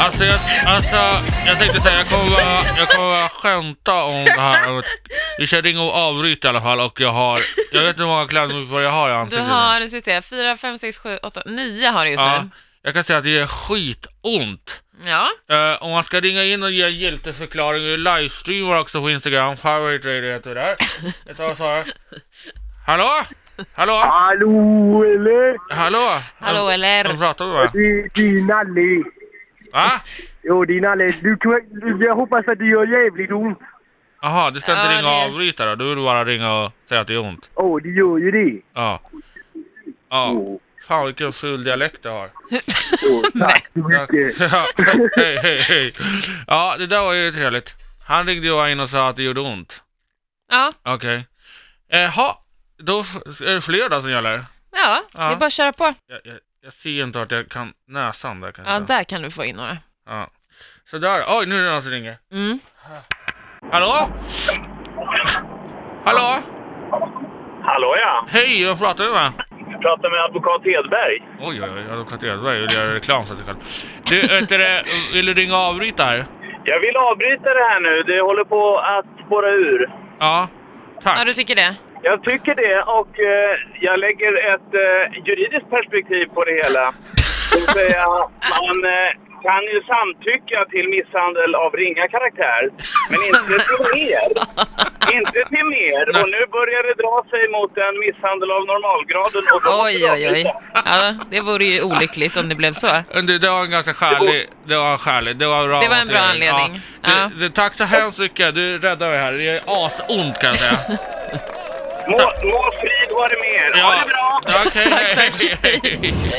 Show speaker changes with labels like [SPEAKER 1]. [SPEAKER 1] Alltså, jag, alltså, jag tänkte säga, jag kommer bara, jag kommer bara skämta om det här. Vi kör ring och avbryt i alla fall och jag har, jag vet inte hur många klädmupor jag har i
[SPEAKER 2] Du
[SPEAKER 1] ansiktet.
[SPEAKER 2] har, nu ska vi se, fyra, fem, sex, sju, åtta, nio har du just
[SPEAKER 1] Ja,
[SPEAKER 2] nu.
[SPEAKER 1] jag kan säga att det är skitont.
[SPEAKER 2] Ja,
[SPEAKER 1] Eh, om man ska ringa in och ge en hjälteförklaring, vi livestreamar också på Instagram, Pirate Radio heter vi där. Jag tar och svarar. Hallå? Hallå?
[SPEAKER 3] Hallå eller?
[SPEAKER 1] Hallå?
[SPEAKER 2] hallå
[SPEAKER 1] Vem
[SPEAKER 2] eller?
[SPEAKER 1] pratar vi med?
[SPEAKER 3] Det är din Nalle.
[SPEAKER 1] Va?
[SPEAKER 3] Jo, din Nalle. Du, kan- jag hoppas att det gör jävligt ont.
[SPEAKER 1] Jaha, du ska inte
[SPEAKER 2] Ja,
[SPEAKER 1] ringa och
[SPEAKER 2] det-
[SPEAKER 1] avbryta då? Du vill bara ringa och säga att det är ont?
[SPEAKER 3] Åh, det gör ju det.
[SPEAKER 1] Ja. Ja.
[SPEAKER 3] Åh,
[SPEAKER 1] Fan vilken ful dialekt du har.
[SPEAKER 3] åh, tack så mycket.
[SPEAKER 1] Ja. hej, hej, hej. Ja, det där var ju trevligt. Han ringde ju in och sa att det gjorde ont.
[SPEAKER 2] Ja,
[SPEAKER 1] Okej. Jaha, då f- är det fredag som gäller.
[SPEAKER 2] ja, det
[SPEAKER 1] Ja.
[SPEAKER 2] är bara att köra på.
[SPEAKER 1] Jag, jag, jag ser inte att jag kan näsan där kanske.
[SPEAKER 2] Ja, där kan du få in några.
[SPEAKER 1] Ja. Så där. Oj, nu är det någon som ringer.
[SPEAKER 2] Mm.
[SPEAKER 1] Hallå? Hallå?
[SPEAKER 4] Hallå ja!
[SPEAKER 1] Hej, vem pratar du med?
[SPEAKER 4] Jag pratar med advokat Hedberg.
[SPEAKER 1] Oj, oj, oj, advokat Edberg vill göra reklam för sig själv. Du, vet du, det, vill du ringa och avbryta här?
[SPEAKER 4] Jag vill avbryta det här nu. Det håller på att spåra ur.
[SPEAKER 1] Ja, tack.
[SPEAKER 2] Ja, du tycker det?
[SPEAKER 4] Jag tycker det och eh, jag lägger ett eh, juridiskt perspektiv på det hela. Det vill säga, man eh, kan ju samtycka till misshandel av ringa karaktär, men inte till mer. Inte till mer. Och nu börjar det dra sig mot en misshandel av normalgraden. Och då måste vi
[SPEAKER 2] Oj, oj, oj.
[SPEAKER 4] avbryta.
[SPEAKER 2] Ja, det vore ju olyckligt om det blev så.
[SPEAKER 1] Men Det, det var en ganska skärlig, det var en skärlig, det var en bra
[SPEAKER 2] Det var en bra
[SPEAKER 1] motivering.
[SPEAKER 2] anledning.
[SPEAKER 1] Ja.
[SPEAKER 2] Ja.
[SPEAKER 1] Du, du, tack så hemskt mycket, du räddade mig här. Det är asont kan jag säga.
[SPEAKER 4] Må, må frid vare med er. Ha det bra!
[SPEAKER 1] Ja, Okej,
[SPEAKER 2] Tack, tack.
[SPEAKER 1] hej, hej.